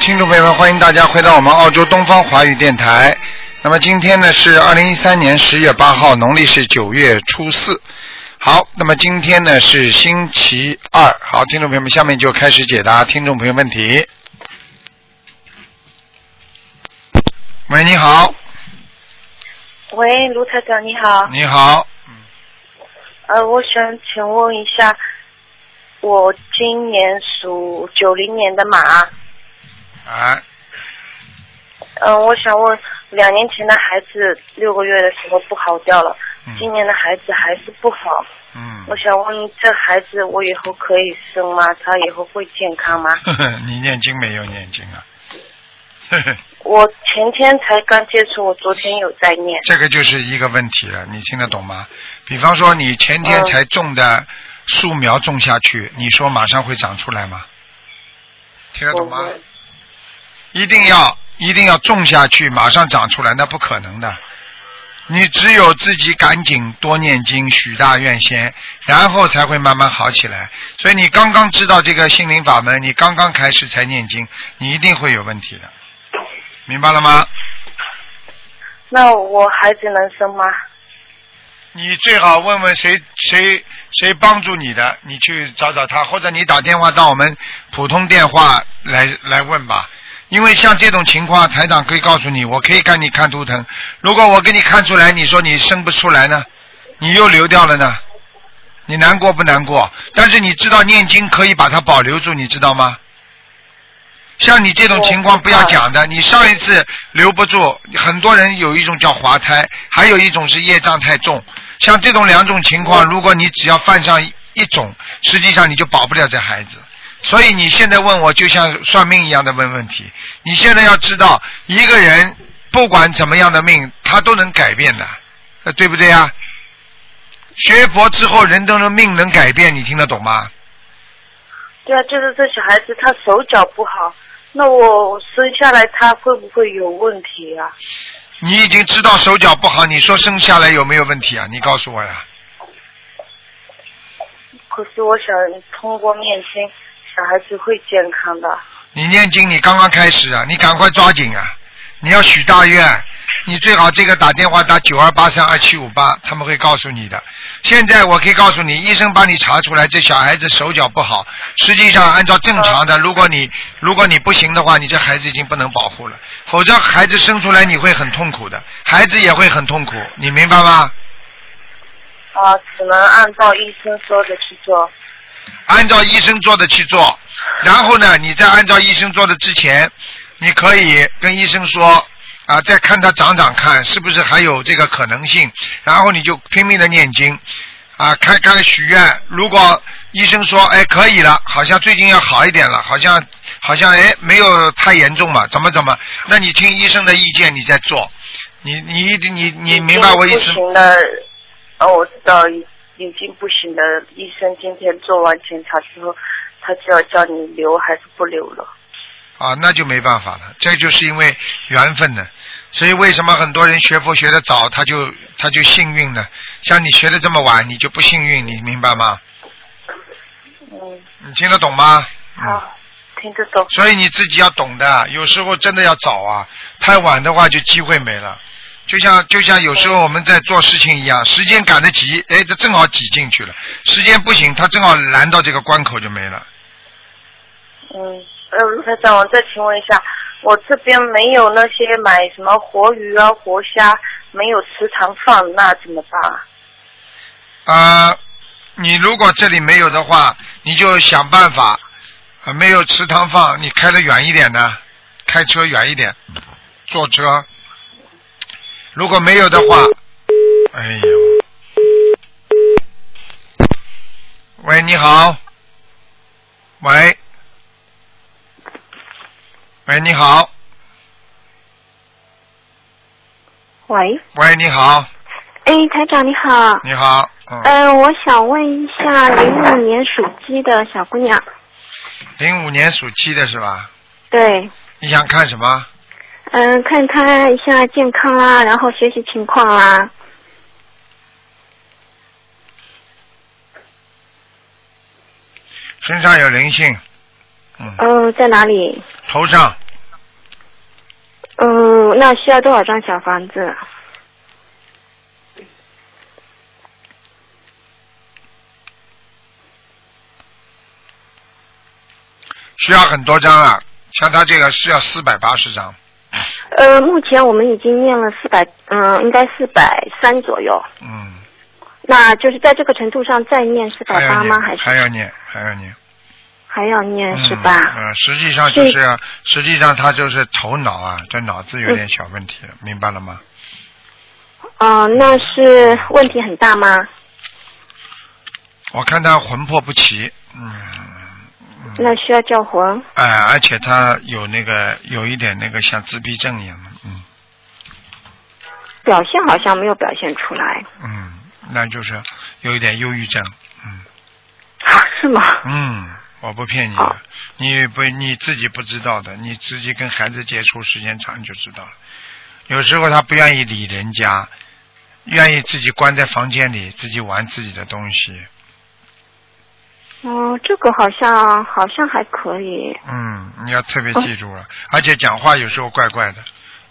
听众朋友们，欢迎大家回到我们澳洲东方华语电台。那么今天呢是二零一三年十月八号，农历是九月初四。好，那么今天呢是星期二。好，听众朋友们，下面就开始解答听众朋友问题。喂，你好，喂，卢台长你好，你好，呃，我想请问一下，我今年属九零年的马，哎，嗯、我想问，两年前的孩子六个月的时候不好掉了，今年的孩子还是不好，嗯，我想问这孩子我以后可以生吗？他以后会健康吗？呵呵 你念经没有念经啊？呵呵，我前天才刚接触，我昨天有在念，这个就是一个问题了，你听得懂吗？比方说你前天嗯才种的树苗种下去，你说马上会长出来吗？听得懂吗？我一定要一定要种下去，马上长出来，那不可能的。你只有自己赶紧多念经、许大愿先，然后才会慢慢好起来。所以你刚刚知道这个心灵法门，你刚刚开始才念经，你一定会有问题的，明白了吗？那我孩子能生吗？你最好问问谁谁谁帮助你的，你去找找他，或者你打电话到我们普通电话来来问吧。因为像这种情况，台长可以告诉你，我可以给你看图腾。如果我给你看出来，你说你生不出来呢，你又流掉了呢，你难过不难过？但是你知道念经可以把它保留住，你知道吗？像你这种情况我不知道要讲的，你上一次留不住，很多人有一种叫滑胎，还有一种是业障太重。像这种两种情况，如果你只要犯上一种，实际上你就保不了这孩子。所以你现在问我，就像算命一样的问问题。你现在要知道，一个人不管怎么样的命，他都能改变的，呃，对不对啊？学佛之后，人都能命能改变，你听得懂吗？对啊，就是这小孩子他手脚不好，那我生下来他会不会有问题啊？你已经知道手脚不好，你说生下来有没有问题啊？你告诉我呀。可是我想通过念经，小孩子会健康的。你念经，你刚刚开始啊，你赶快抓紧啊！你要许大愿，你最好这个打电话打九二八三二七五八，他们会告诉你的。现在我可以告诉你，医生帮你查出来这小孩子手脚不好。实际上，按照正常的，如果你如果你不行的话，你这孩子已经不能保护了，否则孩子生出来你会很痛苦的，孩子也会很痛苦，你明白吗？啊，只能按照医生说的去做。按照医生做的去做，然后呢，你在按照医生做的之前，你可以跟医生说啊，再看他长长看是不是还有这个可能性，然后你就拼命的念经啊，开开许愿。如果医生说哎可以了，好像最近要好一点了，好像好像哎没有太严重嘛，怎么怎么，那你听医生的意见，你再做。你你一定你你明白我意思吗？已经不行的，呃、我知道已已经不行的。医生今天做完检查之后，他就要叫你留还是不留了。啊，那就没办法了，这就是因为缘分呢。所以为什么很多人学佛学得早，他就他就幸运呢？像你学的这么晚，你就不幸运，你明白吗？嗯，你听得懂吗？好、嗯。听得懂。所以你自己要懂的，有时候真的要早啊，太晚的话就机会没了。就像就像有时候我们在做事情一样，时间赶得急，哎，这正好挤进去了；时间不行，他正好拦到这个关口就没了。嗯，呃，卢台长，我再请问一下，我这边没有那些买什么活鱼啊、活虾，没有时常放，那怎么办啊？啊，你如果这里没有的话，你就想办法，啊，没有池塘放，你开得远一点呢，开车远一点，坐车。如果没有的话，哎呦，喂，你好，喂，喂，你好，喂，喂，你好，哎，台长你好，你好，嗯，呃，我想问一下，零五年属鸡的小姑娘，零五年属鸡的是吧？对，你想看什么？嗯、看她一下健康啦，然后学习情况啊啦，身上有灵性，嗯，哦、在哪里？嗯头上嗯，那需要多少张小房子？需要很多张啊，像他这个是要四百八十张，呃，目前我们已经念了四百，嗯，应该四百三左右。嗯，那就是在这个程度上再念四百还要八吗？还念，是还要念，还要念，还要念嗯是吧？嗯，实际上就是，实际上他就是头脑啊，这脑子有点小问题，明白了吗？嗯、那是问题很大吗？嗯我看他魂魄不齐，嗯，那需要叫魂？哎，而且他有那个有一点那个像自闭症一样的，嗯表现好像没有表现出来，嗯，那就是有一点忧郁症，嗯啊，是吗？嗯，我不骗你好的，你不你自己不知道的，你自己跟孩子接触时间长你就知道了。有时候他不愿意理人家，愿意自己关在房间里自己玩自己的东西，哦，这个好像好像还可以。嗯，你要特别记住了，哦而且讲话有时候怪怪的，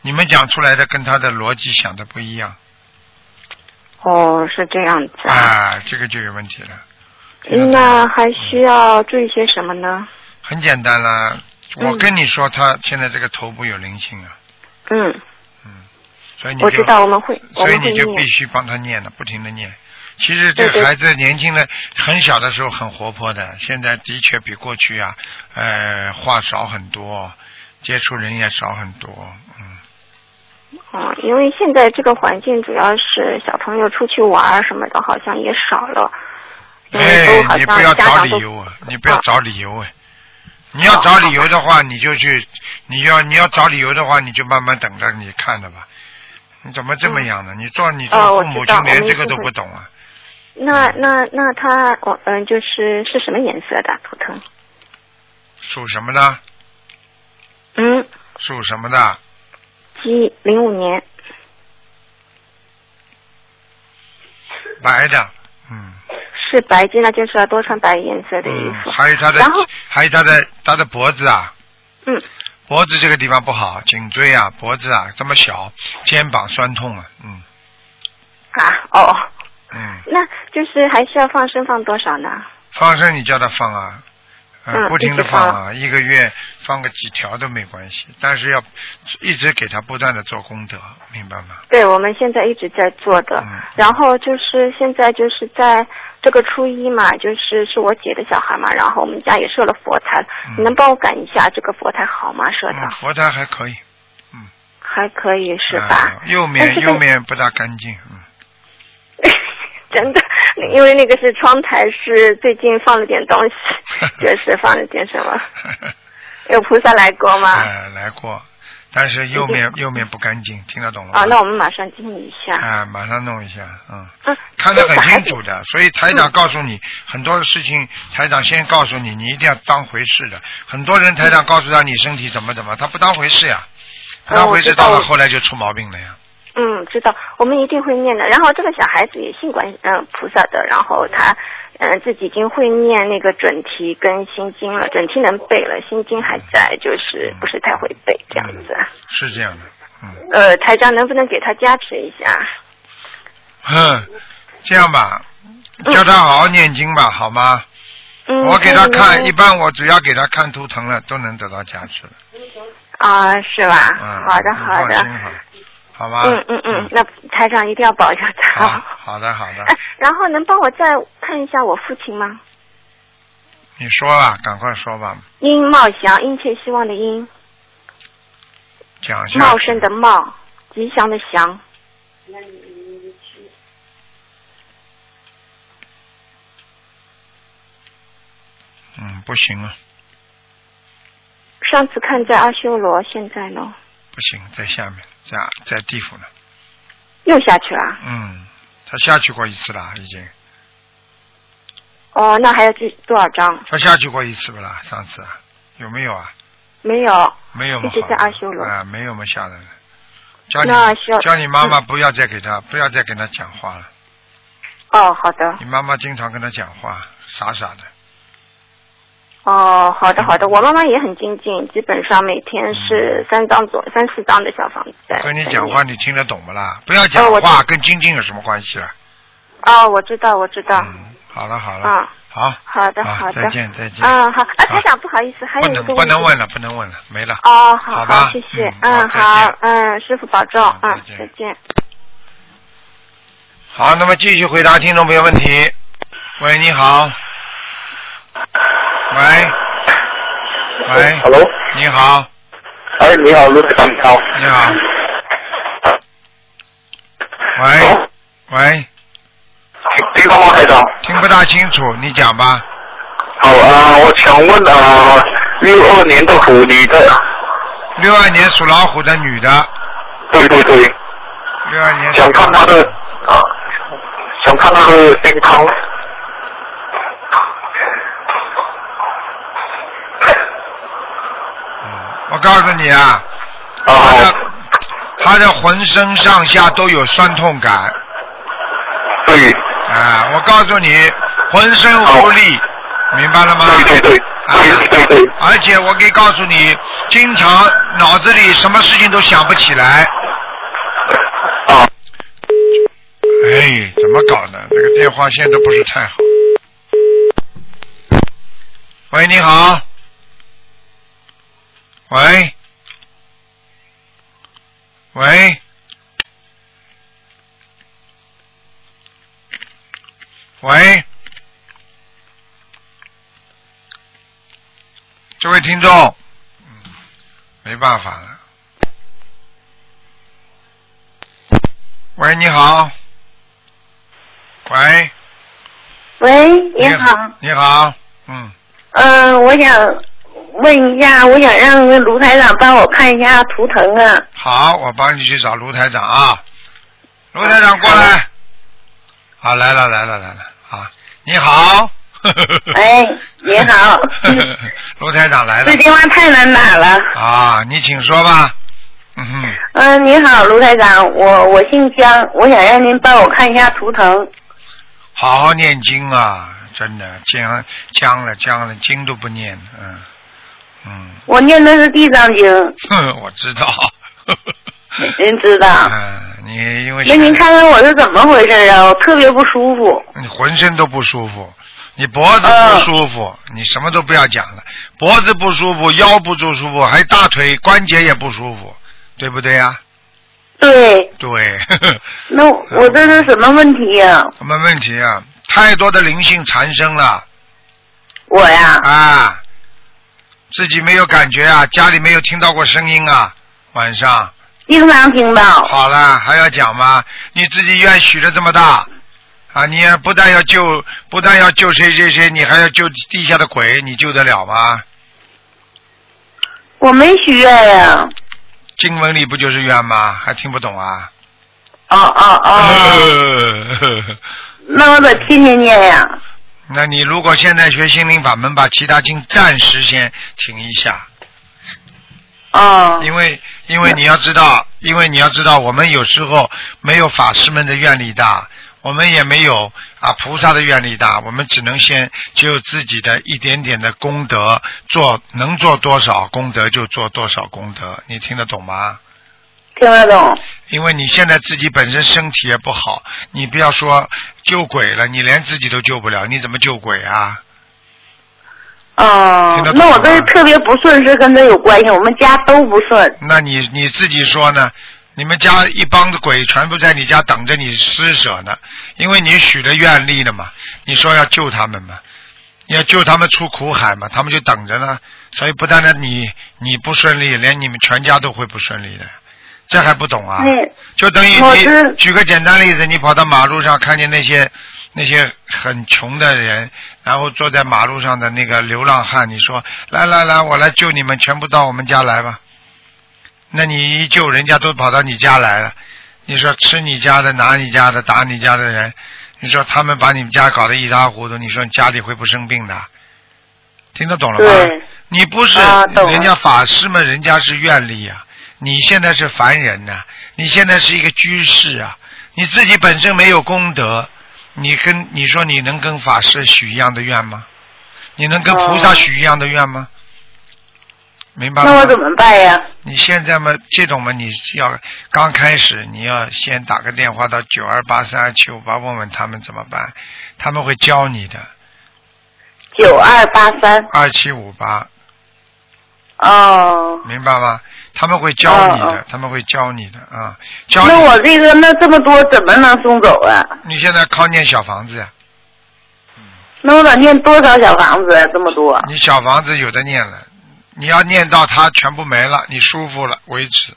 你们讲出来的跟他的逻辑想的不一样，哦，是这样子啊。啊，这个就有问题了。嗯那还需要注意些什么呢？很简单啦，嗯我跟你说，他现在这个头部有灵性啊，嗯，所以你我就知道我们会哦我所以们会你就念必。须帮他念了，不停的念。其实这对个对孩子年轻的很小的时候很活泼的，现在的确比过去啊，呃，话少很多，接触人也少很多，嗯，嗯，因为现在这个环境主要是小朋友出去玩儿什么的，好像也少了。因为都哎，好你不要像家找长理都由啊，你不要啊找理由啊。你要找理由的话，你就去，你要你要找理由的话，你就慢慢等着你看着吧。你怎么这么样呢？你做你哦做我父母知道亲连我这明个白都不懂啊！那那那他我嗯、就是是什么颜色的图腾？属什么的？嗯，属什么的？鸡零五年白的，嗯是白鸡，那就是要多穿白颜色的衣嗯，服。还有他的然后，还有他的他的脖子啊，嗯，脖子这个地方不好，颈椎啊，脖子啊这么小，肩膀酸痛啊，嗯啊哦，嗯，那就是还需要放生放多少呢？放生你叫他放啊，呃嗯不停的一直放放啊，一个月放个几条都没关系，但是要一直给他不断的做功德，明白吗？对，我们现在一直在做的。嗯然后就是现在就是在这个初一嘛，就是是我姐的小孩嘛，然后我们家也设了佛台，嗯你能帮我赶一下这个佛台好吗？设的、嗯，佛台还可以，还可以是吧？啊右但面是右面不大干净，嗯。真的，因为那个是窗台，是最近放了点东 西，就是放了点什么。有菩萨来过吗？呃， 来过，但是右面右面不干净，听得懂了吗？嗯啊，那我们马上清理一下。啊，马上弄一下，嗯，嗯，看得这很个孩清子楚的，所以台嗯长告诉你、很多事情，台长先告诉你，你一定要当回事的。很多人台长告诉他你身体怎么怎么，他不当回事呀，不嗯当我回事知道到了了后来就出毛病了呀。嗯，知道，我们一定会念的。然后这个小孩子也信观嗯菩萨的，然后他嗯自己已经会念那个准提跟心经了，准提能背了，心经还在，就是不是太会背这样子。是这样的，嗯，呃，台长能不能给他加持一下？嗯哼，这样吧，叫他好好念经吧，好吗？嗯，我给他那看，你一般我只要给他看图腾了，都能得到加持的。啊、是吧？嗯，好的，你好放心的。好，好吧？嗯嗯嗯，那台长一定要保佑他。好，好的好的哎，， 然后能帮我再看一下我父亲吗？你说吧，赶快说吧，殷茂祥，殷切希望的殷，讲一下。茂盛的茂，吉祥的祥。嗯，不行啊，上次看在阿修罗，现在呢不行，在下面，在在地府呢。又下去了。嗯，他下去过一次了，已经，哦，那还要继多少张？他下去过一次不啦？上次啊有没有啊？没有。没有嘛，一直好的在阿修罗啊，没有嘛，下来了。叫那你需要叫你妈嗯妈不要再给他，不要再跟他讲话了。哦，好的。你妈妈经常跟他讲话，傻傻的。哦，好的好的，我妈妈也很精进，基本上每天是三张左三四张的小房子在。嗯跟你在讲念话，你听得懂不啦？不要讲哦我话，跟精进有什么关系啊？哦，我知道我知道。嗯，好了好了，嗯，好，好的好好的。再见再见嗯，好，啊，好台长不好意思，还不有一能个不能题问了，不能问了，没了。哦，好好吧谢谢嗯，好嗯，再好见，嗯，师傅保重，嗯嗯再见，再见。好，那么继续回答听众朋友问题。喂，你好。喂，喂， Hello，你好，哎，你好，卢台长，你好。你好。哦喂，喂，听听到吗，台长？听不大清楚，你讲吧。好啊、我想问啊，六、2二年的虎女的，六二年属老虎的女的，对对对，嗯六二年属想看她的啊，想看她的健康。我告诉你啊，啊，她好的她的浑身上下都有酸痛感对，啊！我告诉你，浑身无力，明白了吗？对对对，啊对对对对，而且我可以告诉你，经常脑子里什么事情都想不起来。啊，哎，怎么搞的？这个电话线都不是太好。喂，你好。喂。喂。喂。这位听众，嗯，没办法了。喂，你好。喂，喂，你好，，你好，嗯，呃，我想问一下，我想让卢台长帮我看一下图腾 啊。好，我帮你去找卢台长啊，卢台长过来，好，来了来了来了，啊，你好， 哎，你 好，卢台长来了这，电话太难打了。啊，你请说吧，嗯哼，嗯、你好，卢台长，我我姓江，我想让您帮我看一下图腾。好好念经啊，真的僵僵了僵了，经都不念，嗯嗯我念的是地藏经，，哼，嗯 我知道，您知道。嗯，你因为那您看看我是怎么回事啊？我特别不舒服。你浑身都不舒服，你脖子不舒服，你什么都不要讲了，脖子不舒服，腰不舒服，还大腿关节也不舒服，对不对呀、对，对， 呵呵那啊我这是什么问题呀、什么问题啊？太多的灵性缠身了我呀，啊，自己没有感觉啊，家里没有听到过声音啊，晚上经常听到。好了还要讲吗？你自己愿许了这么大。啊！你也不但要救，不但要救谁谁谁，你还要救地下的鬼，你救得了吗？我没许愿呀。经文里不就是愿吗？还听不懂啊？哦哦呃哦，那我得天天念呀。 那你如果现在学心灵法门，把其他经暂时先停一下，哦，因为因为你要知道，因为你要知道，我们有时候没有法师们的愿力大，我们也没有啊菩萨的愿力大，我们只能先只有自己的一点点的功德，做能做多少功德就做多少功德，你听得懂吗？听得懂。因为你现在自己本身身体也不好，你不要说救鬼了，你连自己都救不了，你怎么救鬼啊？哦听得，懂啊那我这吗特别不顺是跟这有关系，我们家都不顺。那你你自己说呢？你们家一帮子鬼全部在你家等着你施舍呢，因为你许了愿力了嘛，你说要救他们嘛，你要救他们出苦海嘛，他们就等着呢。所以不单单你你不顺利，连你们全家都会不顺利的，这还不懂啊？那就等于我你是举个简单例子，你跑到马路上看见那些那些很穷的人，然后坐在马路上的那个流浪汉，你说来来来，我来救你们，全部到我们家来吧。那你一救，人家都跑到你家来了。你说吃你家的、拿你家的、打你家的人，你说他们把你们家搞得一塌糊涂，你说你家里会不生病的？听得懂了吗？对，你不是、啊懂了人家法师嘛，人家是愿力啊，你现在是凡人呐、你现在是一个居士啊，你自己本身没有功德，你跟你说你能跟法师许一样的愿吗？你能跟菩萨许一样的愿吗？明白了那吗？我怎么办呀？你现在嘛，这种嘛，你要刚开始，你要先打个电话到九二八三二七五八问问他们怎么办，他们会教你的。九二八三，二七五八，哦，明白吗？他们会教你哦的哦，他们会教你的啊，教那你。我这个那这么多怎么能送走啊？你现在靠念小房子呀，那我得念多少小房子啊？这么多？你小房子有的念了，你要念到它全部没了，你舒服了为止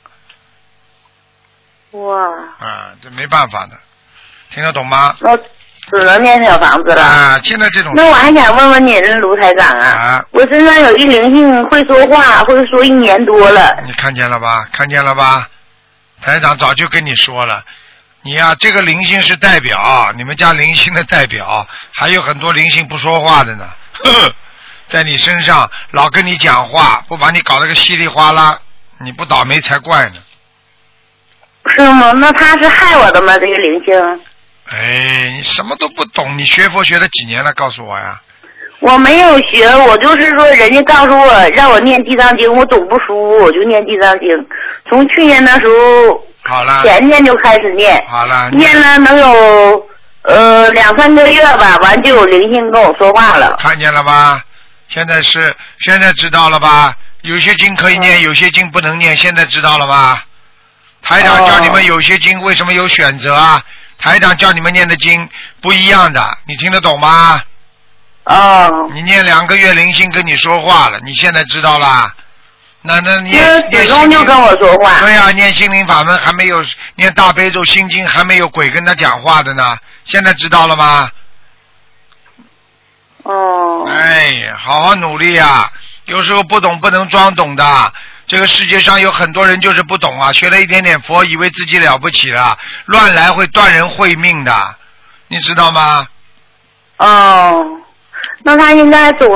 哇，啊，这没办法的，听得懂吗？那我只能念小房子了。啊，现在这种那我还想问问您，卢台长啊啊，我身上有一灵性，会说话，会说一年多了。你看见了吧？看见了吧？台长早就跟你说了，你呀、这个灵性是代表，你们家灵性的代表，还有很多灵性不说话的呢， 呵呵在你身上老跟你讲话，不把你搞得个稀里哗啦，你不倒霉才怪呢。是吗？那他是害我的吗？这个灵性，哎，你什么都不懂，你学佛学了几年了？告诉我呀。我没有学，我就是说人家告诉我让我念地藏经，我总不舒服，我就念地藏经。从去年那时候，好了，前年就开始念，好了，你念了能有呃两三个月吧，完就有灵性跟我说话了。 看见了吧？现在是现在知道了吧？有些经可以念，有些经不能念，现在知道了吧？台长哦叫你们有些经为什么有选择啊？台长叫你们念的经不一样的，你听得懂吗？哦，你念两个月灵性跟你说话了，你现在知道啦？那那因念为念子心宫就经跟我说话。对呀、念心灵法门还没有念大悲咒心经还没有鬼跟他讲话的呢，现在知道了吗？哦，哎，好好努力啊！有时候不懂不能装懂的。这个世界上有很多人就是不懂啊，学了一点点佛，以为自己了不起了，乱来会断人慧命的，你知道吗？哦，那他现在总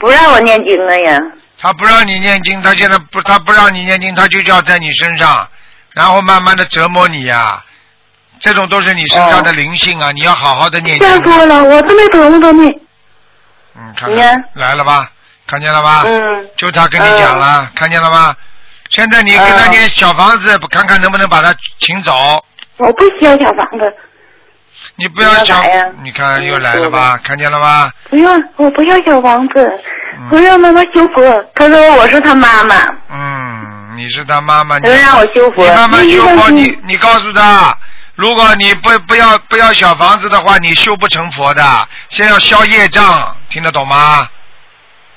不让我念经了呀？他不让你念经，他现在不，他不让你念经，他就要在你身上，然后慢慢的折磨你呀、这种都是你身上的灵性啊，你要好好的念经。了，我都没懂懂你。嗯，看你看看来了吧，看见了吧？嗯，就他跟你讲了，呃看见了吗？现在你给他念小房子，看看能不能把他请走。我不需要小房子，你不要想你要哎啥呀，嗯你看又来了吧？看见了吧？不用，我不要小房子，嗯不用那个修佛。他说我是他妈妈，嗯，你是他妈妈，你他说让呃我修佛。你慢慢修佛，你你你告诉他，如果你不不要不要小房子的话，你修不成佛的，先要消业障，听得懂吗？行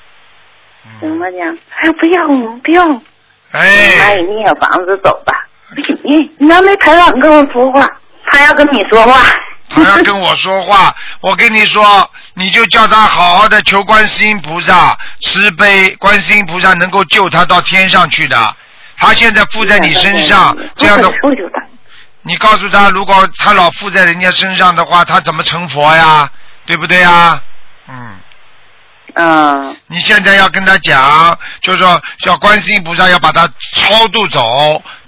嗯，吧，娘，哎，不用不用，哎哎，，你小房子走吧。哎你你要没台长跟我说话，他要跟你说话。他要跟我说话，我跟你说，你就叫他好好的求观世音菩萨慈悲，观世音菩萨能够救他到天上去的。他现在附在你身 上，啊这样的，我就大。你告诉他，如果他老附在人家身上的话，他怎么成佛呀？对不对呀？嗯，嗯，你现在要跟他讲，就说叫观世音菩萨要把他超度走、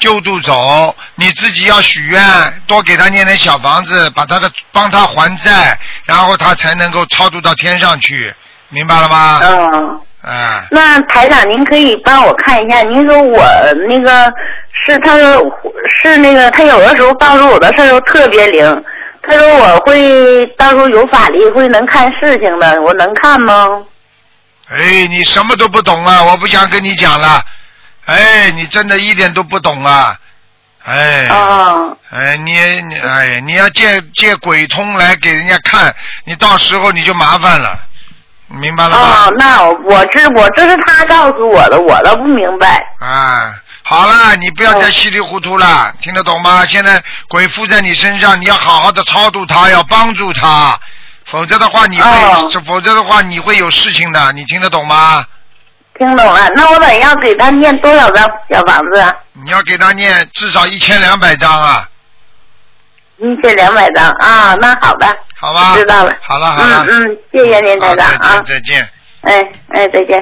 救度走，你自己要许愿，多给他念点小房子，把他的帮他还债，然后他才能够超度到天上去，明白了吗？嗯。哎、那台长，您可以帮我看一下？您说我那个是他说是那个他有的时候告诉我的事儿都特别灵，他说我会到时候有法力，会能看事情的，我能看吗？哎，你什么都不懂啊！我不想跟你讲了。哎，你真的一点都不懂啊！哎。啊、哎，你你哎呀，你要借借鬼通来给人家看，你到时候你就麻烦了，明白了吗？啊、那我我这我这是他告诉我的，我都不明白。啊，好了，你不要再稀里糊涂哦了，听得懂吗？现在鬼附在你身上，你要好好的超度他，要帮助他，否则的话你会，哦否则的话你会有事情的，你听得懂吗？听懂了？那我得要给他念多少张小房子啊？你要给他念至少一千两百张啊，一千两百张啊？那好的，好吧？知道了。好了好了，嗯嗯，谢谢您，台好长再啊见。再见，哎哎，再见。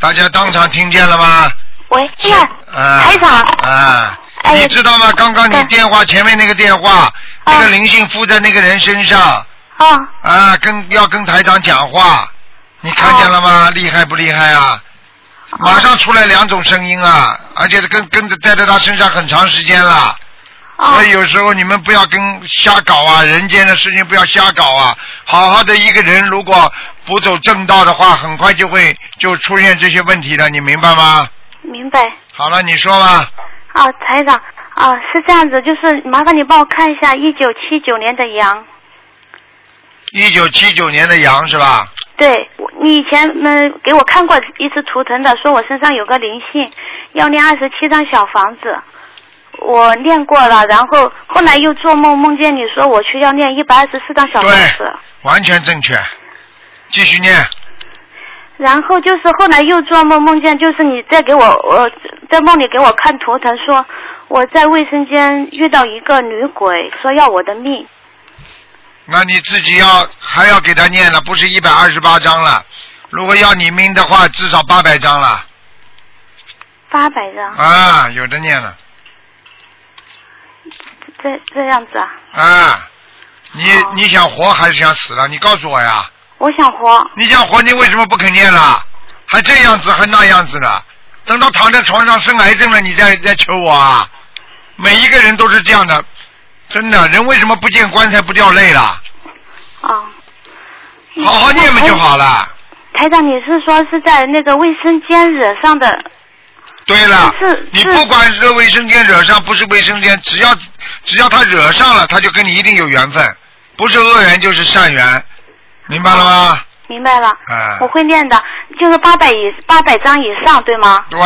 大家当场听见了吗？喂，哎呀，啊，台长啊，哎呀你知道吗？刚刚你对电话前面那个电话，那个啊灵性附在那个人身上，啊，嗯啊，跟要跟台长讲话，你看见了嗯吗？厉害不厉害啊？马上出来两种声音啊，而且跟跟着待在他身上很长时间了。啊所以有时候你们不要跟瞎搞啊，人间的事情不要瞎搞啊。好好的一个人，如果不走正道的话，很快就会就出现这些问题了，你明白吗？明白。好了，你说吧。啊，台长啊，是这样子，就是麻烦你帮我看一下一九七九年的羊。一九七九年的羊是吧？对，我你以前嗯给我看过一次图腾的，说我身上有个灵性，要念二十七张小房子。我念过了，然后后来又做梦，梦见你说我去要念一百二十四张小房对子，完全正确。继续念，然后就是后来又做梦，梦见就是你在给我我在梦里给我看图腾说我在卫生间遇到一个女鬼，说要我的命。那你自己要还要给他念了，不是一百二十八章了。如果要你命的话，至少八百章了八百张，啊，有的念了这这样子啊？啊。你你想活还是想死了？你告诉我呀。我想活，你想活，你为什么不肯念了？还这样子，还那样子呢？等到躺在床上生癌症了，你再再求我啊？每一个人都是这样的，真的，人为什么不见棺材不掉泪了？啊、嗯哎好好念嘛就好哦了。台长，你是说是在那个卫生间惹上的？对了是是，你不管是卫生间惹上不是卫生间，只要只要他惹上了，他就跟你一定有缘分，不是恶缘就是善缘，明白了吗？明白了，哎、哦我会念的，就是八百以八百张以上，对吗？对，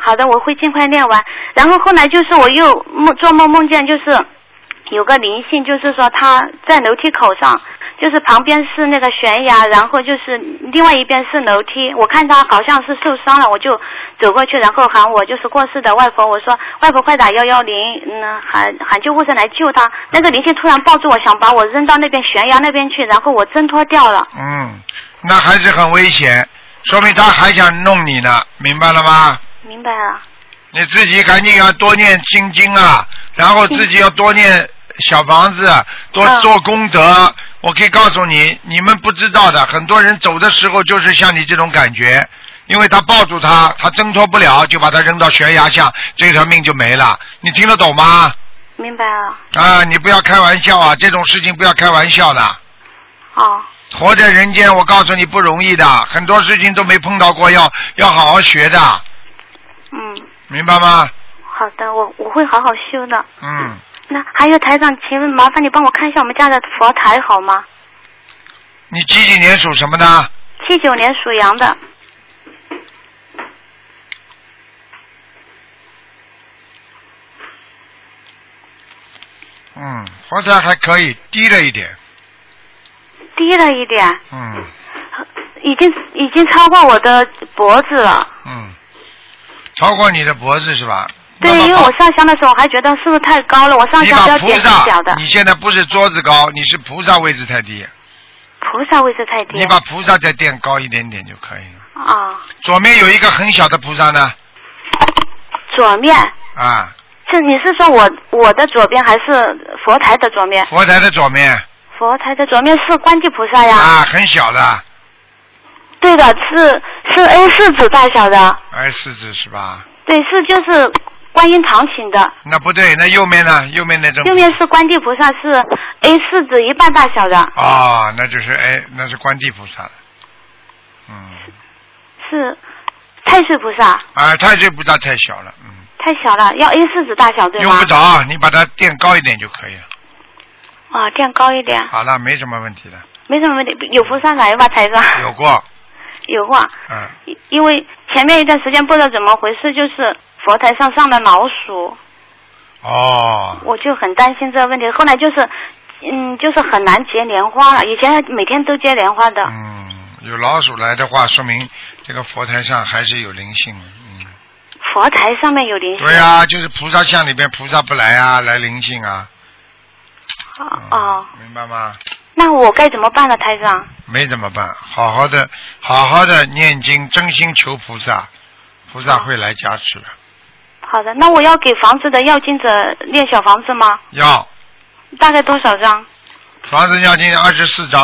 好的，我会尽快念完。然后后来就是我又梦做梦梦见就是有个灵性，就是说他在楼梯口上，就是旁边是那个悬崖，然后就是另外一边是楼梯。我看他好像是受伤了，我就走过去，然后喊我就是过世的外婆，我说外婆快打幺幺零，嗯，喊喊救护车来救他。那个灵性突然抱住我，想把我扔到那边悬崖那边去，然后我挣脱掉了。嗯，那还是很危险，说明他还想弄你呢，明白了吗？明白了，你自己赶紧要多念心经啊，然后自己要多念小房子，多嗯做功德。我可以告诉你，你们不知道的，很多人走的时候就是像你这种感觉，因为他抱住他，他挣脱不了，就把他扔到悬崖下，这条命就没了。你听得懂吗？明白了，啊，你不要开玩笑啊，这种事情不要开玩笑的。哦，活在人间，我告诉你不容易的，很多事情都没碰到过，要要好好学的，嗯，明白吗？好的，我我会好好修的。嗯。那还有台长，请问麻烦你帮我看一下我们家的佛台好吗？你几几年属什么的？七九年属羊的，嗯，佛台还可以，低了一点。低了一点，嗯已经已经超过我的脖子了。嗯，超过你的脖子是吧？对，那么因为把我上香的时候我还觉得是不是太高了，我上你香都把要菩点脚萨的，。你现在不是桌子高，你是菩萨位置太低，菩萨位置太低你把菩萨再垫高一点点就可以了。啊，左面有一个很小的菩萨呢，左面。啊，这你是说我我的左边还是佛台的左面？佛台的左面佛台的左面是观世菩萨呀。啊，很小的，对的，是是 A 四纸大小的，二十四指是吧？对，是就是观音堂请的。那不对，那右面呢？右面那种右面是观地菩萨，是 A 四指一半大小的，啊、那就是哎，那是观地菩萨了。嗯，是太岁菩萨，啊，太岁菩萨太小了，嗯。太小了，要 A 四指大小对用吗不？着，啊你把它垫高一点就可以了。啊，这样高一点，好了，没什么问题了。没什么问题。有菩萨来吧，台长？有过， 有啊，嗯，因因为前面一段时间不知道怎么回事，就是佛台上上了老鼠，哦，我就很担心这个问题。后来就是，嗯，就是很难结莲花了。以前每天都结莲花的，嗯，有老鼠来的话，说明这个佛台上还是有灵性的。嗯，佛台上面有灵性。对呀、就是菩萨像里边菩萨不来啊，来灵性啊。嗯哦，明白吗？那我该怎么办呢，台长？没怎么办，好好的，好好的念经，真心求菩萨，菩萨会来加持的。好的，那我要给房子的要经者念小房子吗？要大概多少张？房子要念二十四章，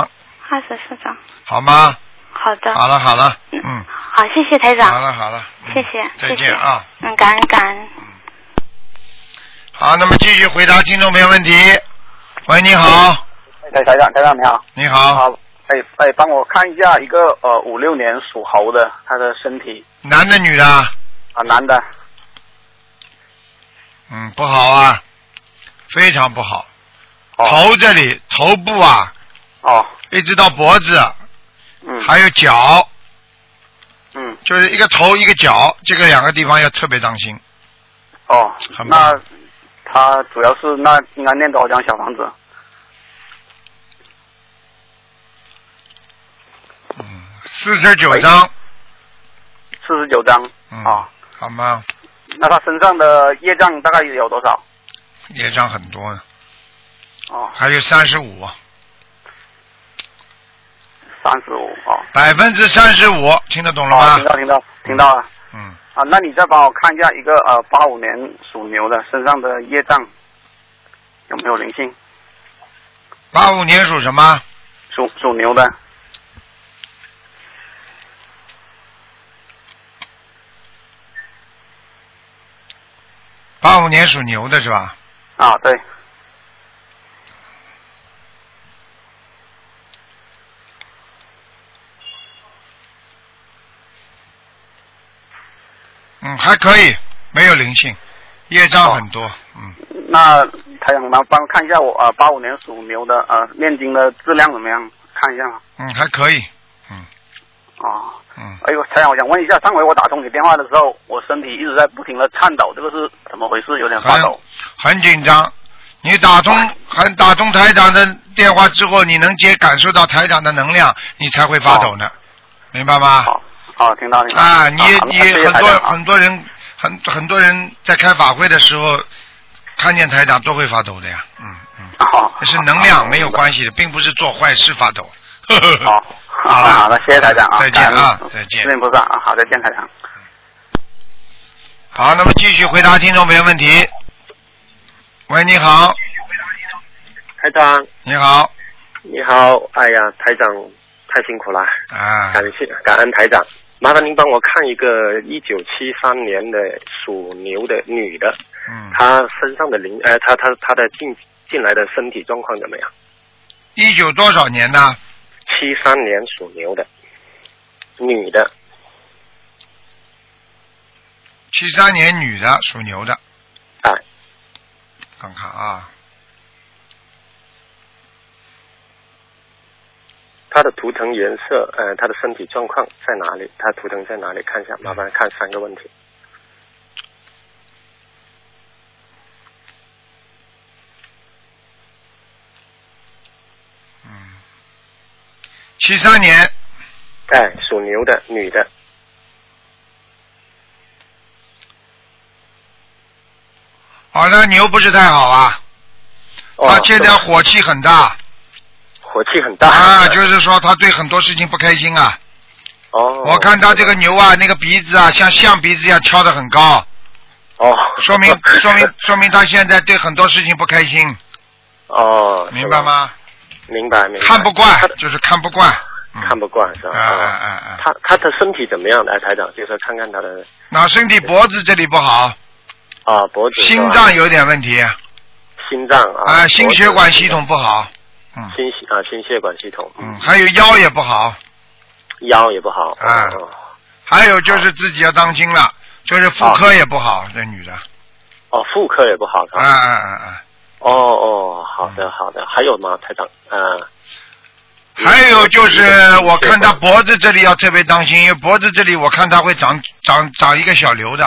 二十四张。好吗？好的，好了好了，嗯，好，谢谢台好长，了好了，嗯谢谢，再见啊。谢谢。嗯，感恩感恩。好，那么继续回答听众朋友问题。喂，你好，哎，台长，台长你好。你好，好。哎哎，帮我看一下一个呃五六年属猴的，他的身体男的女的啊？啊，男的嗯，不好啊，非常不好，哦头这里、头部啊，哦，一直到脖子，嗯还有脚，嗯就是一个头一个脚，这个两个地方要特别当心。哦很，那棒他主要是那应该念多少张小房子？四十九章，四十九张嗯，啊。好吗？那他身上的业障大概有多少？业障很多呢，哦，还有三十五，三十五哦。百分之三十五，听得懂了哦，吗听？到听到听到了嗯，啊！那你再帮我看一下一个呃八五年属牛的身上的业障有没有灵性？八五年属什么？属属牛的八五年属牛的是吧？啊，对，嗯，还可以，没有灵性，业障很多，嗯，那台长帮帮看一下我呃八五年属牛的呃念经的质量怎么样？看一下嘛。嗯，还可以，嗯哦，嗯，哎呦，台长，我想问一下，上回我打通你电话的时候，我身体一直在不停的颤抖，这个是怎么回事？有点发抖。很紧张。你打通很打通台长的电话之后，你能接感受到台长的能量，你才会发抖呢，明白吗？好，好，听到听到。啊，你好你那谢谢很台多长啊很多人很很多人在开法会的时候，看见台长都会发抖的呀，嗯嗯，好，这是能量没有系。关系的，并不是做坏事发抖。好，好了好了，谢谢台长啊， 再见啊感恩再见四面不散啊，好，再见台长。好，那么继续回答听众朋友问题。喂，你好，台长，你好，你好，哎呀，台长太辛苦了，啊，感谢感恩台长，麻烦您帮我看一个一九七三年的属牛的女的，嗯，她身上的灵，呃，她她她的进进来的身体状况怎么样？一九多少年呢？七三年属牛的女的，七三年女的，属牛的，啊哎，看看啊，她的图腾颜色，呃，她的身体状况在哪里？她图腾在哪里？看一下，麻烦看三个问题。七三年，哎，属牛的女的，好的，牛不是太好啊，哦，她现是在吧火气很大火气很大啊，就是说她对很多事情不开心啊。哦，我看她这个牛啊，那个鼻子啊，像象鼻子一样翘得很高，哦，说 明说明说明她现在对很多事情不开心，哦，明白？吗？明白明白。看不他惯的，就是看不惯，嗯看不惯是吧？啊啊哦啊啊！他他的身体怎么样？来，台长，就是看看他的脑身体脖子这里不好，啊脖子、心脏、有点问题啊，心脏啊，脖子心血管系统、不好，嗯心血啊心血管系统，嗯，，还有腰也不好，腰也不好啊哦还有就是自己要当心了，就是妇科啊也不好，这女的，哦，妇科也不好是啊吧？啊啊啊！哦哦，好的好的，还有吗，台长？啊，还有就是我看她他脖子这里要特别当心，因为脖子这里我看她会长长长一个小瘤的，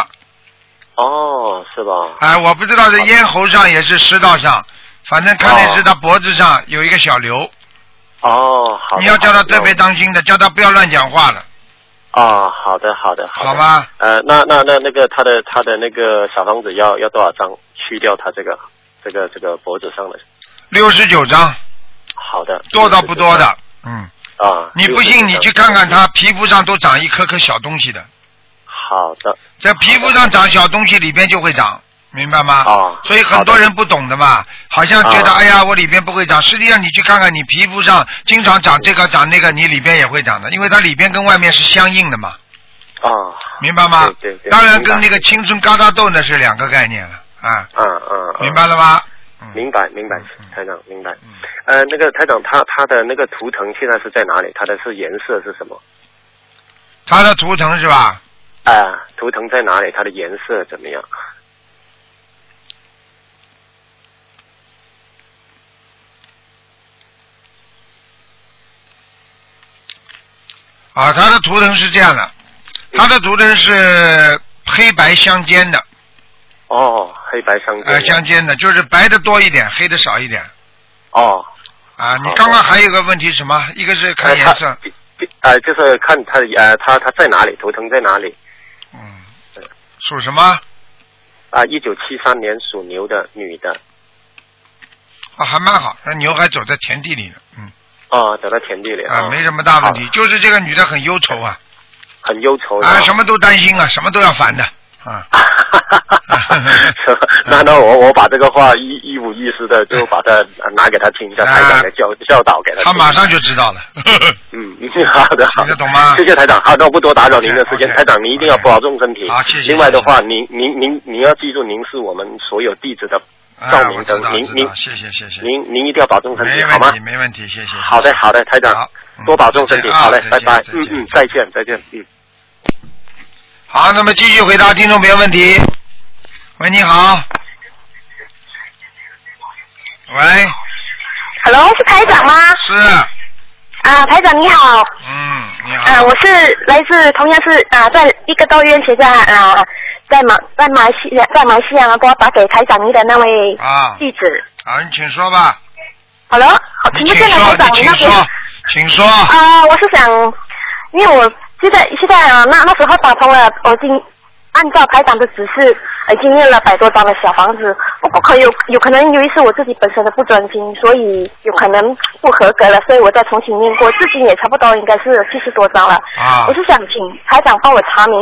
哦，是吧？哎，我不知道是咽喉上也是食道上，反正看的是她脖子上有一个小瘤，哦，好的，你要叫她好的特别当心的，叫她不要乱讲话了，哦，好的好的好的好吧？呃，那那那那个他的他的那个小房子要要多少张？去掉他这个这个这个脖子上的。六十九张，好的。多的不多的。嗯，啊。你不信你去看看。他皮肤上都长一颗颗小东西的，好的，在皮肤上长小东西里边就会长，明白吗？哦所以很多人不懂的嘛，好像觉得、啊哎呀我里边不会长，实际上你去看看你皮肤上经常长这个长那个，你里边也会长的，因为它里边跟外面是相应的嘛，哦，明白吗？对对对当然跟那明白个青春疙瘩痘那是两个概念了啊，嗯嗯，嗯明白。了吗？嗯明白，明白嗯嗯，台长，明白嗯。呃，那个台长，他他的那个图腾现在是在哪里？他的是颜色是什么？它的图腾是吧？啊、图腾在哪里？它的颜色怎么样？啊，它的图腾是这样的，它的图腾是黑白相间的，哦，黑白相间呃，的。相间的，就是白的多一点，黑的少一点。哦，啊，你好刚刚的还有一个问题什么？一个是看呃颜它色，呃，就是看他呃，他他在哪里？图腾在哪里？嗯，属什么？啊、1一九七三年属牛的女的，啊，还蛮好，那牛还走在田地里呢，嗯，哦，走到田地里啊，哦没什么大问题，好哦就是这个女的很忧愁啊，很忧愁啊，什么？么都担心啊，什么都要烦的， 啊，是吧 那那我我把这个话一一五一十的就把它呃拿给他听一下， 啊台长来教教导给他听。她马上就知道了， 嗯， 好的，好听得的，懂吗谢谢台长，好，那我不多打扰您的时间 OK，OK，台长您一定要保重身体。好谢谢另外的话，您您您您要记住，您是我们所有弟子的照啊，我明知灯道，，您知您道，谢谢谢谢，您您一定要保重身体，没好问吗题？没问题，谢谢，好的，好的，台长好，嗯多保重身体，再见啊好嘞，再拜见拜再，嗯见嗯，再见，再见，嗯。好，那么继续回答听众朋友问题。喂，你好。喂， Hello，是台长吗？是，啊，台长你好。嗯，你啊，好，我是来自同样是啊，在一个多月前在啊，在马在马来西亚在马来西亚拨打给台长您的那位啊，记者。好，你请说吧，好了，好你听不请见了，说，台你长您请那边说，请说，啊，我是想，因为我现在现在啊，那那时候打通了，我已经按照台长的指示，已经念了百多张的小房子。不过可有有可能由于是我自己本身的不专心，所以有可能不合格了，所以我再重新念过，至今也差不多应该是七十多张了。啊我是想请台长帮我查明，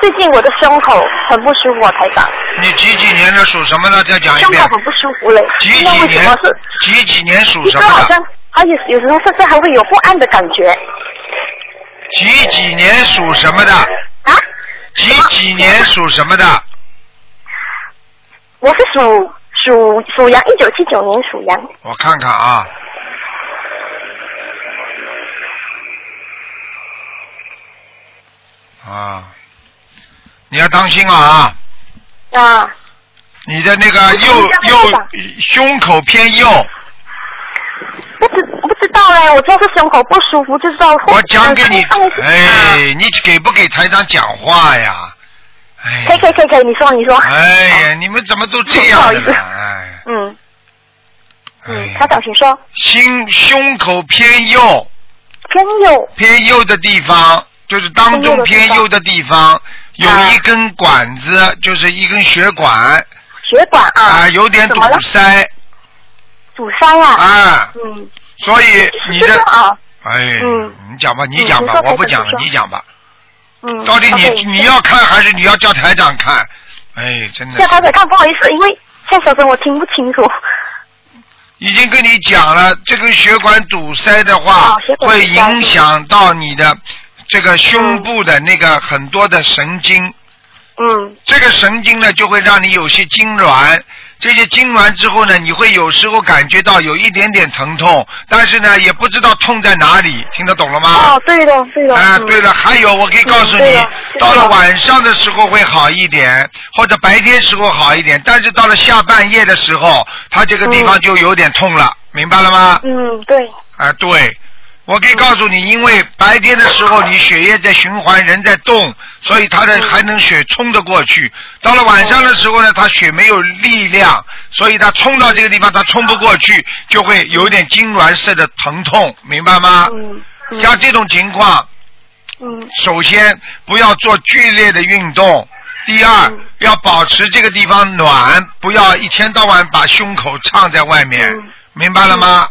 最近我的胸口很不舒服、啊，台长，你几几年的属什么的？再讲一胸口遍。很不舒服嘞，哎几不知几道为什么年是？几几年属一什直么好的？像还有有时候甚至还会有不安的感觉几几年属什么的？啊。几几年属什么的？我是属属属羊，一九七九年属羊。我看看啊。啊，你要当心了啊！啊，你的那个右右胸口偏右，不知我不知道嘞，我就是胸口不舒服，就知道。我讲给你嗯，哎，你给不给台长讲话呀？哎可以可以可以可以，你说你说。哎呀，你们怎么都这样的不好意思呢？哎，嗯哎嗯，呀台长，请说。心胸口偏右，偏右偏右的地方，就是当中偏右的地方，有啊一根管子，就是一根血管血管啊，啊，有点怎堵么了塞阻塞啊。啊，嗯，所以你是这的样啊，哎嗯，你讲吧，你讲吧你说，我不讲你了说，你讲吧。嗯。到底 OK，你你要看还是你要叫台长看？哎，真的谢谢台是长，看不好意思，因为现在小声我听不清楚。已经跟你讲了，这根血管堵塞的话哦血，管会堵塞影响到你的这个胸部的那个很多的神经，嗯这个神经呢就会让你有些痉挛，这些痉挛之后呢，你会有时候感觉到有一点点疼痛，但是呢也不知道痛在哪里，听得懂了吗？哦，对的对的。啊，嗯对了，还有我可以告诉嗯对你了，知道到了了晚上的时候会好一点，或者白天时候好一点，但是到了下半夜的时候，它这个地方就有点痛了，明白了吗？嗯对，啊，对，我可以告诉你，因为白天的时候你血液在循环，人在动，所以嗯它的还能血冲得过去。到了晚上的时候呢，它血没有力量，所以它冲到这个地方，它冲不过嗯去，就会有点痉挛式的疼痛，明白吗？嗯嗯像这种情况，嗯首先不要做剧烈的运动。第二，嗯要保持这个地方暖，不要一天到晚把胸口唱在外面，嗯明白了吗？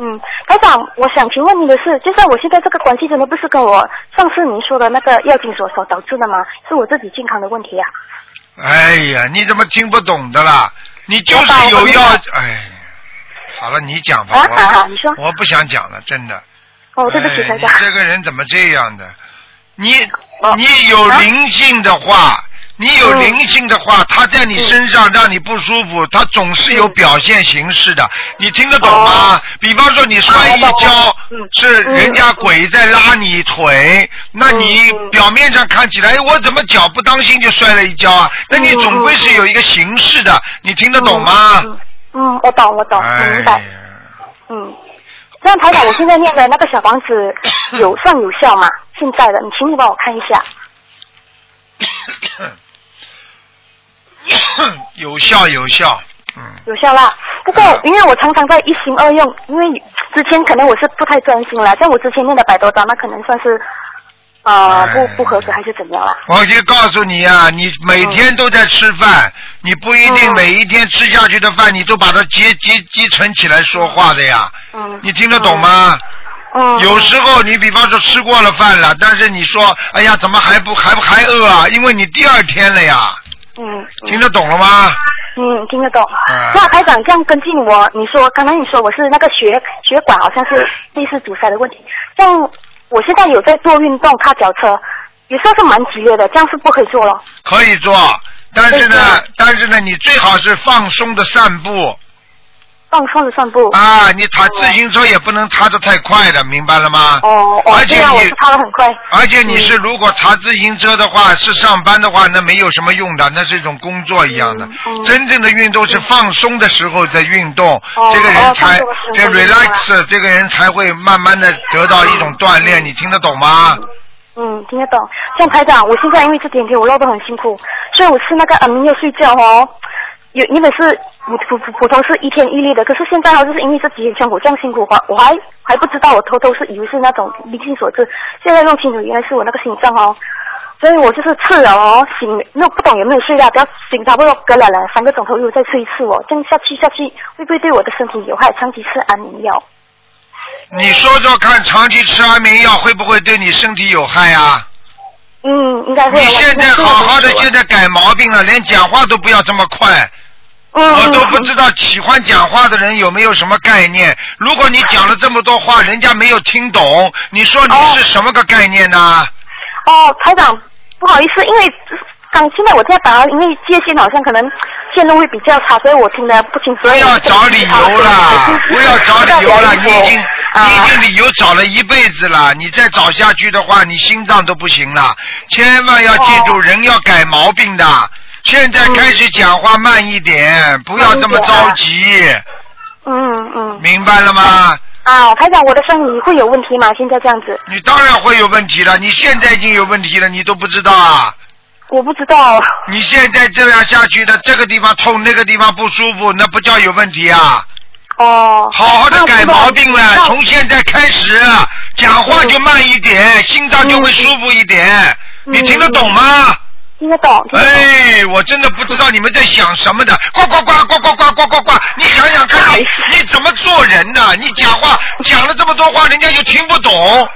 嗯，台长，我想请问你的是，就是我现在这个关系真的不是跟我上次您说的那个药精所所导致的吗？是我自己健康的问题啊。哎呀，你怎么听不懂的啦？你就我把是我有明要白，哎，好了，你讲吧啊，好好，我你说。我不想讲了，真的。哦，对不起，哎台你长。这个人怎么这样的？你哦你有灵性的话，你有嗯灵性的话，他在你身上让你不舒服，他总是嗯有表现形式的，你听得懂哦吗？比方说你摔一跤嗯，是人家鬼在拉你腿，那你嗯表面上看起来，哎我怎么脚不当心就摔了一跤啊？那你总归是有一个形式的，你听得懂吗？嗯嗯，我懂，我懂，我哎明呀白。，嗯，这样台长，我现在念的那个小房 子有算有效吗？现在的，你请你帮我看一下。 有效有效，嗯。有效啦。不过嗯因为我常常在一心二用，因为之前可能我是不太专心啦，像我之前念的百多章，那可能算是呃哎不不合格还是怎样啦？我就告诉你啊，你每天都在吃饭，你不一定嗯每一天吃下去的饭，你都把它积积积存起来说话的呀。嗯你听得懂吗？嗯，有时候你比方说吃过了饭了，但是你说，哎呀，怎么还不还不还饿啊？因为你第二天了呀，嗯听得懂了吗？嗯听得懂哎。那台长这样跟进我，你说刚才你说我是那个血血管好像是类似阻塞的问题，像我现在有在做运动踏脚车，也算是蛮激烈的，这样是不可以做咯。可以做，但是呢对，但是呢，你最好是放松的散嗯步放松的散步。啊，你踏自行车也不能踏得太快的，明白了吗？哦哦而，且对啊，我你是踏的很快。而且你是如果查自行车的话，是上班的话，那没有什么用的，那是一种工作一样的。嗯嗯真正的运动是放松的时候的运动，哦这个人才、哦放松的时就候的运动啊 relax，这个人才会慢慢的得到一种锻炼。你听得懂吗？嗯，听得懂。像台长，我现在因为这几天我闹得很辛苦，所以我吃那个安眠药睡觉哦。有原本是普普普普通是一天一粒的，可是现在哦，就是因为这几天像我这样辛苦，我还我还还不知道，我偷偷是以为是那种灵性所致，现在弄清楚原来是我那个心脏哦。所以我就是吃了哦，醒那不懂有没有睡到，不要醒差不多隔两两三个钟头又再吃一次哦，这样下去下去会不会对我的身体有害？长期吃安眠药，你说说看，长期吃安眠药会不会对你身体有害啊？嗯，应该会。你现在好好的，我现在改毛病了，连讲话都不要这么快。嗯，我都不知道喜欢讲话的人有没有什么概念。如果你讲了这么多话，人家没有听懂，你说你是什么个概念呢、哦，台长，不好意思，因为刚现在我在打，因为界限好像可能线路会比较差，所以我听得不清楚。不要找理由 啦，不要找理由啦，你已经啊你已经理由找了一辈子了，你再找下去的话，你心脏都不行了。千万要记住，哦人要改毛病的。现在开始讲话慢一点，不要这么着急，嗯嗯明白了吗？啊，台长，我的生理会有问题吗？现在这样子，你当然会有问题了，你现在已经有问题了，你都不知道啊。我不知道。你现在这样下去的，这个地方痛，那个地方不舒服，那不叫有问题啊！哦，好好的改毛病了，那从现在开始，讲话就慢一点，心脏就会舒服一点。嗯你听得懂吗？听得懂，听得懂。哎，我真的不知道你们在想什么的，呱呱呱呱呱呱呱呱呱！你想想看，你你怎么做人呢？你讲话讲了这么多话，人家就听不懂。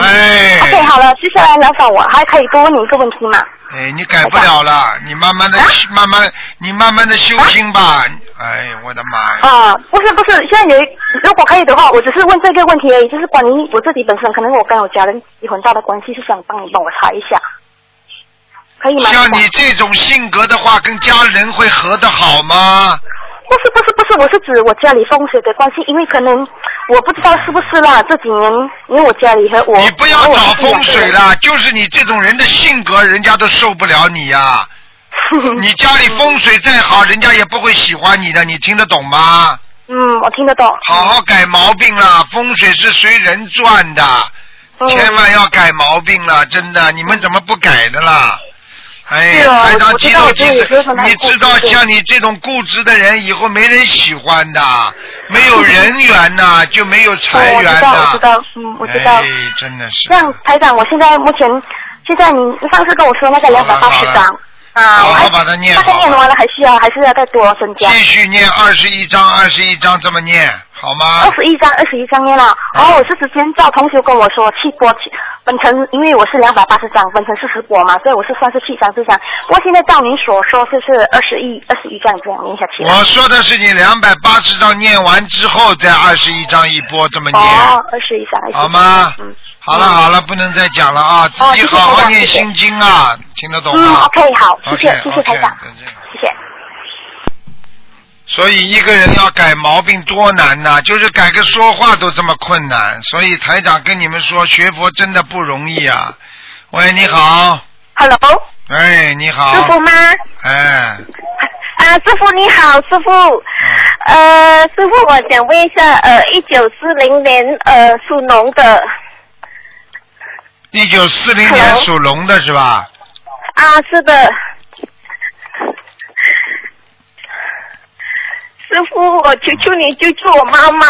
哎 OK，好啊了，接下来来访我，还可以多问你一个问题吗？哎，你改不了了，你慢慢的、啊慢慢，你慢慢的修心吧。哎，我的妈呀！啊，不是不是，现在有一，如果可以的话，我只是问这个问题而已，就是关于我自己本身，可能我跟我家人有很大的关系，是想帮你帮我查一下，可以吗？像你这种性格的话，跟家人会合得好吗？不是不是不是，我是指我家里风水的关系，因为可能我不知道是不是啦，这几年因为我家里和我你不要和我找自己风两个水 人，了，就是你这种人的性格，人家都受不了你呀、嗯你家里风水再好，人家也不会喜欢你的，你听得懂吗？嗯，我听得懂，好好改毛病了，风水是随人转的，嗯千万要改毛病了，真的，你们怎么不改的啦？哎，是啊台长我激知道动我激这也是很动，难你知道控制像你这种固执的人，以后没人喜欢的，没有人缘呐、 就没有财哦我源知道我呐、知道，嗯，我知道。哎，真的是。这样，台长，我现在目前，现在你上次跟我说那个两百八十张啊，好我好还把它念大概好念完了，还需要还是要再多增加继续念二十一章，二十一章这么念好吗啊哦哎二？十一张，二十一张念了。然后我是之前赵同学跟我说，七多七本成因为我是两百八十张，本成是十波嘛，所以我是算是七张四张。不过现在照您所说就是二十一二十一张这样念下去。我说的是你两百八十章念完之后，再二十一章一波这么念，啊哦，二十一张。好吗？好了好了，不能再讲了啊，自己哦谢谢好台好长念谢谢心经啊，听得懂嗯吗，OK，好，谢谢 OK，谢谢台 OK，长，再见谢谢。所以一个人要改毛病多难呐、就是改个说话都这么困难。所以台长跟你们说，学佛真的不容易啊。喂，你好。 Hello。哎，你好。师傅吗？哎，啊，师傅你好，师傅。呃，师傅，我想问一下，呃，一九四零年呃属龙的一九四零年属龙的是吧？啊，是的。师傅，我求求你救救我妈妈。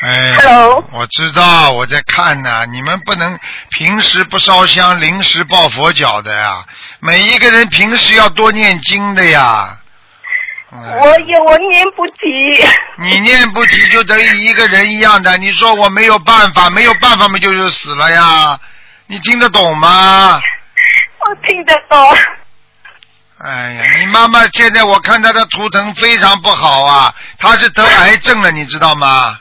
哎 Hello 我知道，我在看呢、你们不能平时不烧香，临时抱佛脚的呀。每一个人平时要多念经的呀。我也我念不及。你念不及，就等于一个人一样的。你说我没有办法，没有办法嘛，就是死了呀。你听得懂吗？我听得懂。哎呀，你妈妈现在我看她的图腾非常不好啊，她是得癌症了，你知道吗？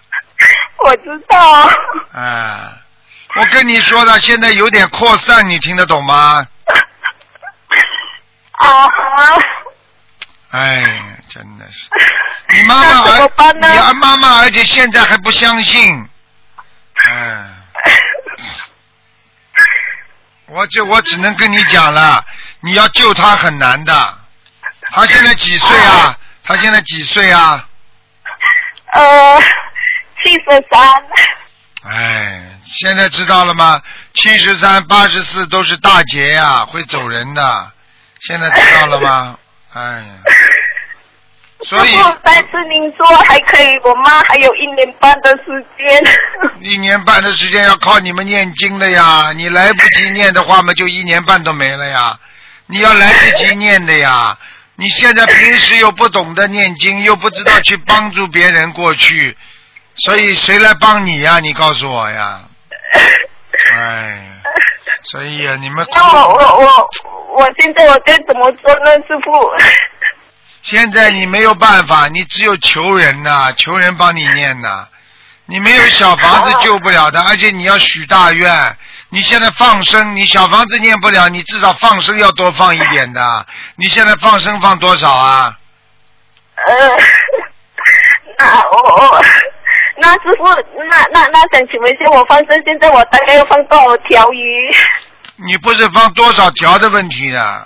我知道，啊，我跟你说的，现在有点扩散，你听得懂吗？ 啊，哎呀，真的是，你妈妈而你啊妈妈，而且现在还不相信，哎，我这我只能跟你讲了，你要救她很难的。她现在几岁啊？她现在几岁啊？呃，七十三，哎，现在知道了吗？七十三、八十四都是大劫呀、会走人的。现在知道了吗？哎呀，所以师傅但是您说还可以，我妈还有一年半的时间。一年半的时间要靠你们念经的呀，你来不及念的话嘛，就一年半都没了呀。你要来得及念的呀，你现在平时又不懂得念经，又不知道去帮助别人过去，所以谁来帮你呀？你告诉我呀。哎，所以呀，你们那我我我我现在我该怎么做呢，师傅？ 现在你没有办法，你只有求人呐、求人帮你念呐、你没有小房子救不了的，而且你要许大愿。你现在放生，你小房子念不了，你至少放生要多放一点的。你现在放生放多少啊？呃，那我我那师傅那那那想请问一下，我放生现在我大概要放多少条鱼？你不是放多少条的问题的，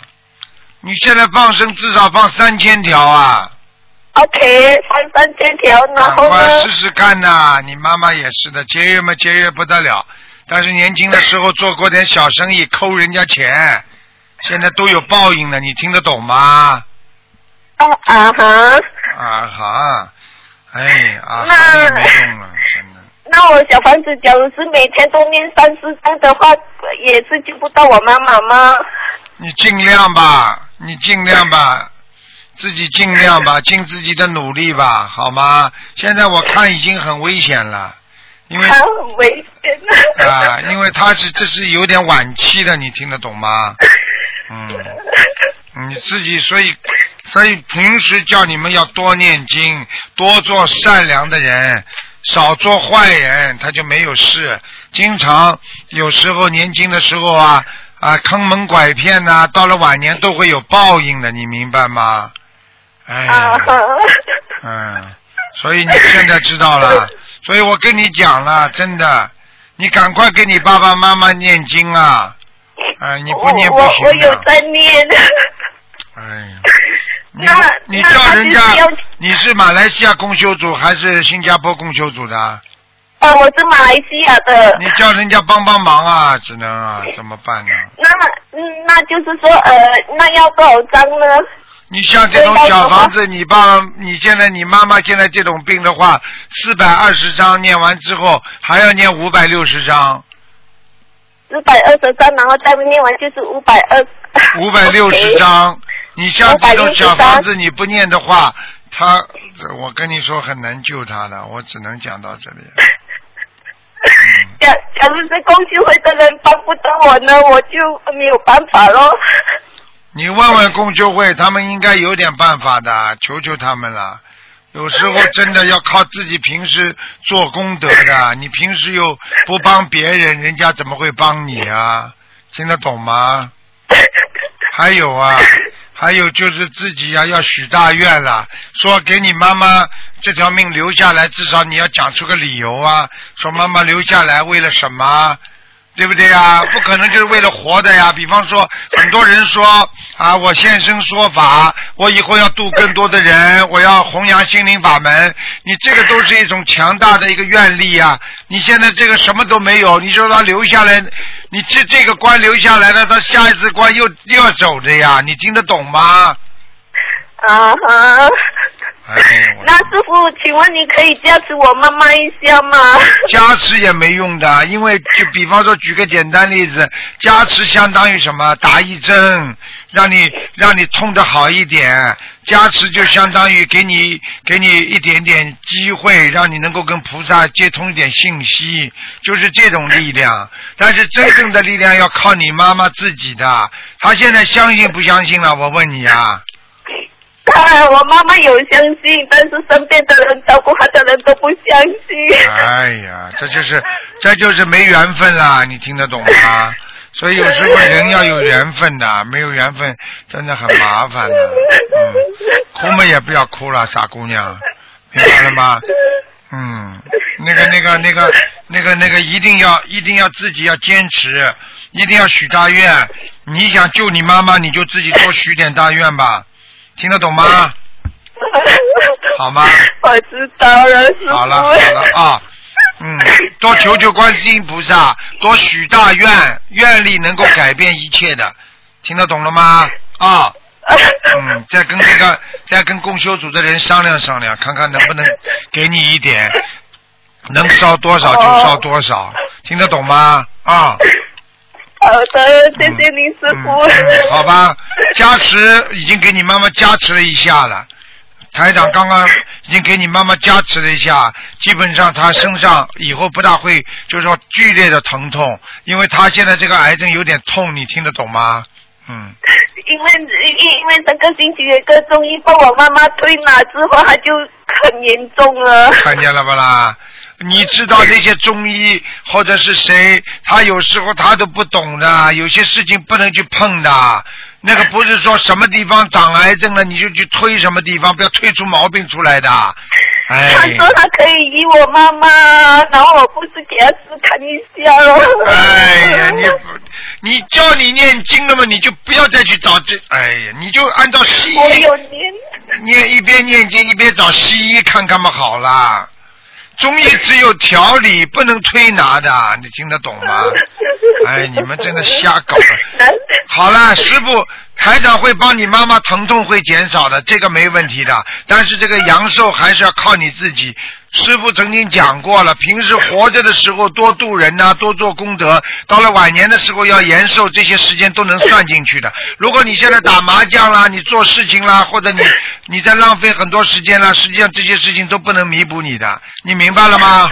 你现在放生至少放三千条啊！ OK，放三千条，然赶后快呢试？试看呐、你妈妈也是的，节约嘛节约不得了，但是年轻的时候做过点小生意，抠人家钱，现在都有报应的，你听得懂吗？啊啊哈！啊哈，哎啊哈那也没用了，真的。那我小房子，假如是每天都念三四章的话，也是救不到我妈妈吗？你尽量吧，你尽量吧，自己尽量吧，尽自己的努力吧，好吗？现在我看已经很危险了，因为她很危险。啊，因为他是这是有点晚期的，你听得懂吗？嗯，你自己所以所以平时叫你们要多念经，多做善良的人，少做坏人，他就没有事。经常有时候年轻的时候啊啊坑蒙拐骗呐、到了晚年都会有报应的，你明白吗？哎。啊哈！ 嗯，所以你现在知道了，所以我跟你讲了，真的，你赶快给你爸爸妈妈念经啊！哎，你不念不我我行有的。在念。哎，那你那叫她人就是家要你是马来西亚共修组还是新加坡共修组的？啊，哦我是马来西亚 的。 你叫人家帮帮忙啊，只能啊，怎么办呢？那嗯，那就是说，呃，那要多少张呢？你像这种小房子，你爸，你现在你妈妈现在这种病的话，四百二十章念完之后，还要念五百六十章。四百二十张，然后再念完就是五百二。五百六十 OK。张，你像这种560小房子你不念的话，他，我跟你说很难救他的，我只能讲到这里。假如是共济会的人帮不到我呢，我就没有办法 喽。你问问共修会，他们应该有点办法的，求求他们了。有时候真的要靠自己平时做功德的，你平时又不帮别人，人家怎么会帮你啊？听得懂吗？还有啊，还有就是自己呀、要许大愿了，说给你妈妈这条命留下来，至少你要讲出个理由啊，说妈妈留下来为了什么啊？对不对呀？不可能就是为了活的呀。比方说，很多人说啊，我现身说法，我以后要度更多的人，我要弘扬心灵法门。你这个都是一种强大的一个愿力呀。你现在这个什么都没有，你说他留下来，你这这个官留下来了，他下一次官又又要走的呀。你听得懂吗？啊哈，哎，我那师傅，请问你可以加持我妈妈一下吗？ 加持也没用的，啊因为就比方说举个简单例子，加持相当于什么？打一针，让你让你痛得好一点。加持就相当于给你给你一点点机会，让你能够跟菩萨接通一点信息，就是这种力量。但是真正的力量要靠你妈妈自己的，她现在相信不相信了？我问你啊。啊，我妈妈有相信，但是身边的人照顾她的人都不相信。哎呀，这就是这就是没缘分啦，你听得懂吗？所以有时候人要有缘分的，没有缘分真的很麻烦的。嗯，哭嘛也不要哭了，傻姑娘，明白了吗？嗯，那个那个那个那个那个一定要一定要自己要坚持，一定要许大愿。你想救你妈妈，你就自己多许点大愿吧，听得懂吗？好吗？我知道了，师 傅。好了好了啊，嗯，多求求观世音菩萨，多许大愿，愿力能够改变一切的，听得懂了吗？啊， 嗯，再跟这个再跟共修组的人商量商量，看看能不能给你一点，能烧多少就烧多少，听得懂吗？啊，好的，谢谢您，师傅。嗯好吧，加持已经给你妈妈加持了一下了。台长刚刚已经给你妈妈加持了一下，基本上她身上以后不大会，就是说剧烈的疼痛，因为她现在这个癌症有点痛，你听得懂吗？嗯， 因为因因为上个星期有一个中医帮我妈妈推拿之后，她就很严重了。看见了不啦？你知道那些中医或者是谁，他有时候他都不懂的，有些事情不能去碰的。那个不是说什么地方长癌症了，你就去推什么地方，不要推出毛病出来的。哎，她说她可以医我妈妈，然后我不是给她试看一下哦咯。哎呀，你你叫你念经了嘛，你就不要再去找这，哎呀，你就按照西 医。我有念。念一边念经一边找西医看看嘛，好啦。中医只有调理，不能推拿的，你听得懂吗？哎，你们真的瞎搞。好了，师傅，台长会帮你妈妈疼痛会减少的，这个没问题的。但是这个阳寿还是要靠你自己。师傅曾经讲过了，平时活着的时候多度人呐、多做功德，到了晚年的时候要延寿，这些时间都能算进去的。如果你现在打麻将啦，你做事情啦，或者你你在浪费很多时间啦，实际上这些事情都不能弥补你的，你明白了吗？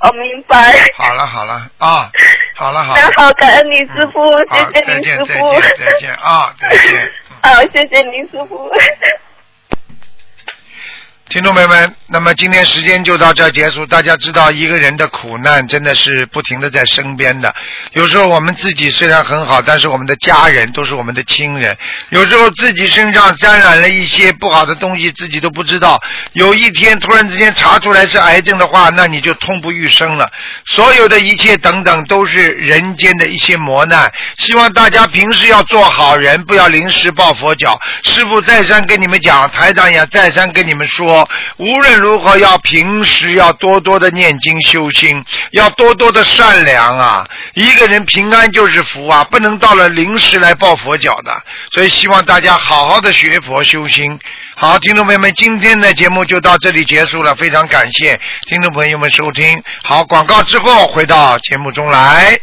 我明白。好了好了啊，好了好了嗯那，好，感恩你师傅，谢好，谢再你见师再傅。见再见啊，再见。好，谢谢你师傅。听众朋友们，那么今天时间就到这儿结束。大家知道，一个人的苦难真的是不停的在身边的。有时候我们自己虽然很好，但是我们的家人都是我们的亲人。有时候自己身上沾染了一些不好的东西，自己都不知道。有一天突然之间查出来是癌症的话，那你就痛不欲生了。所有的一切等等，都是人间的一些磨难。希望大家平时要做好人，不要临时抱佛脚。师傅再三跟你们讲，台长也再三跟你们说，无论如何要平时要多多的念经修心，要多多的善良啊。一个人平安就是福啊，不能到了临时来抱佛脚的。所以希望大家好好的学佛修心。好，听众朋友们，今天的节目就到这里结束了，非常感谢听众朋友们收听。好，广告之后回到节目中来。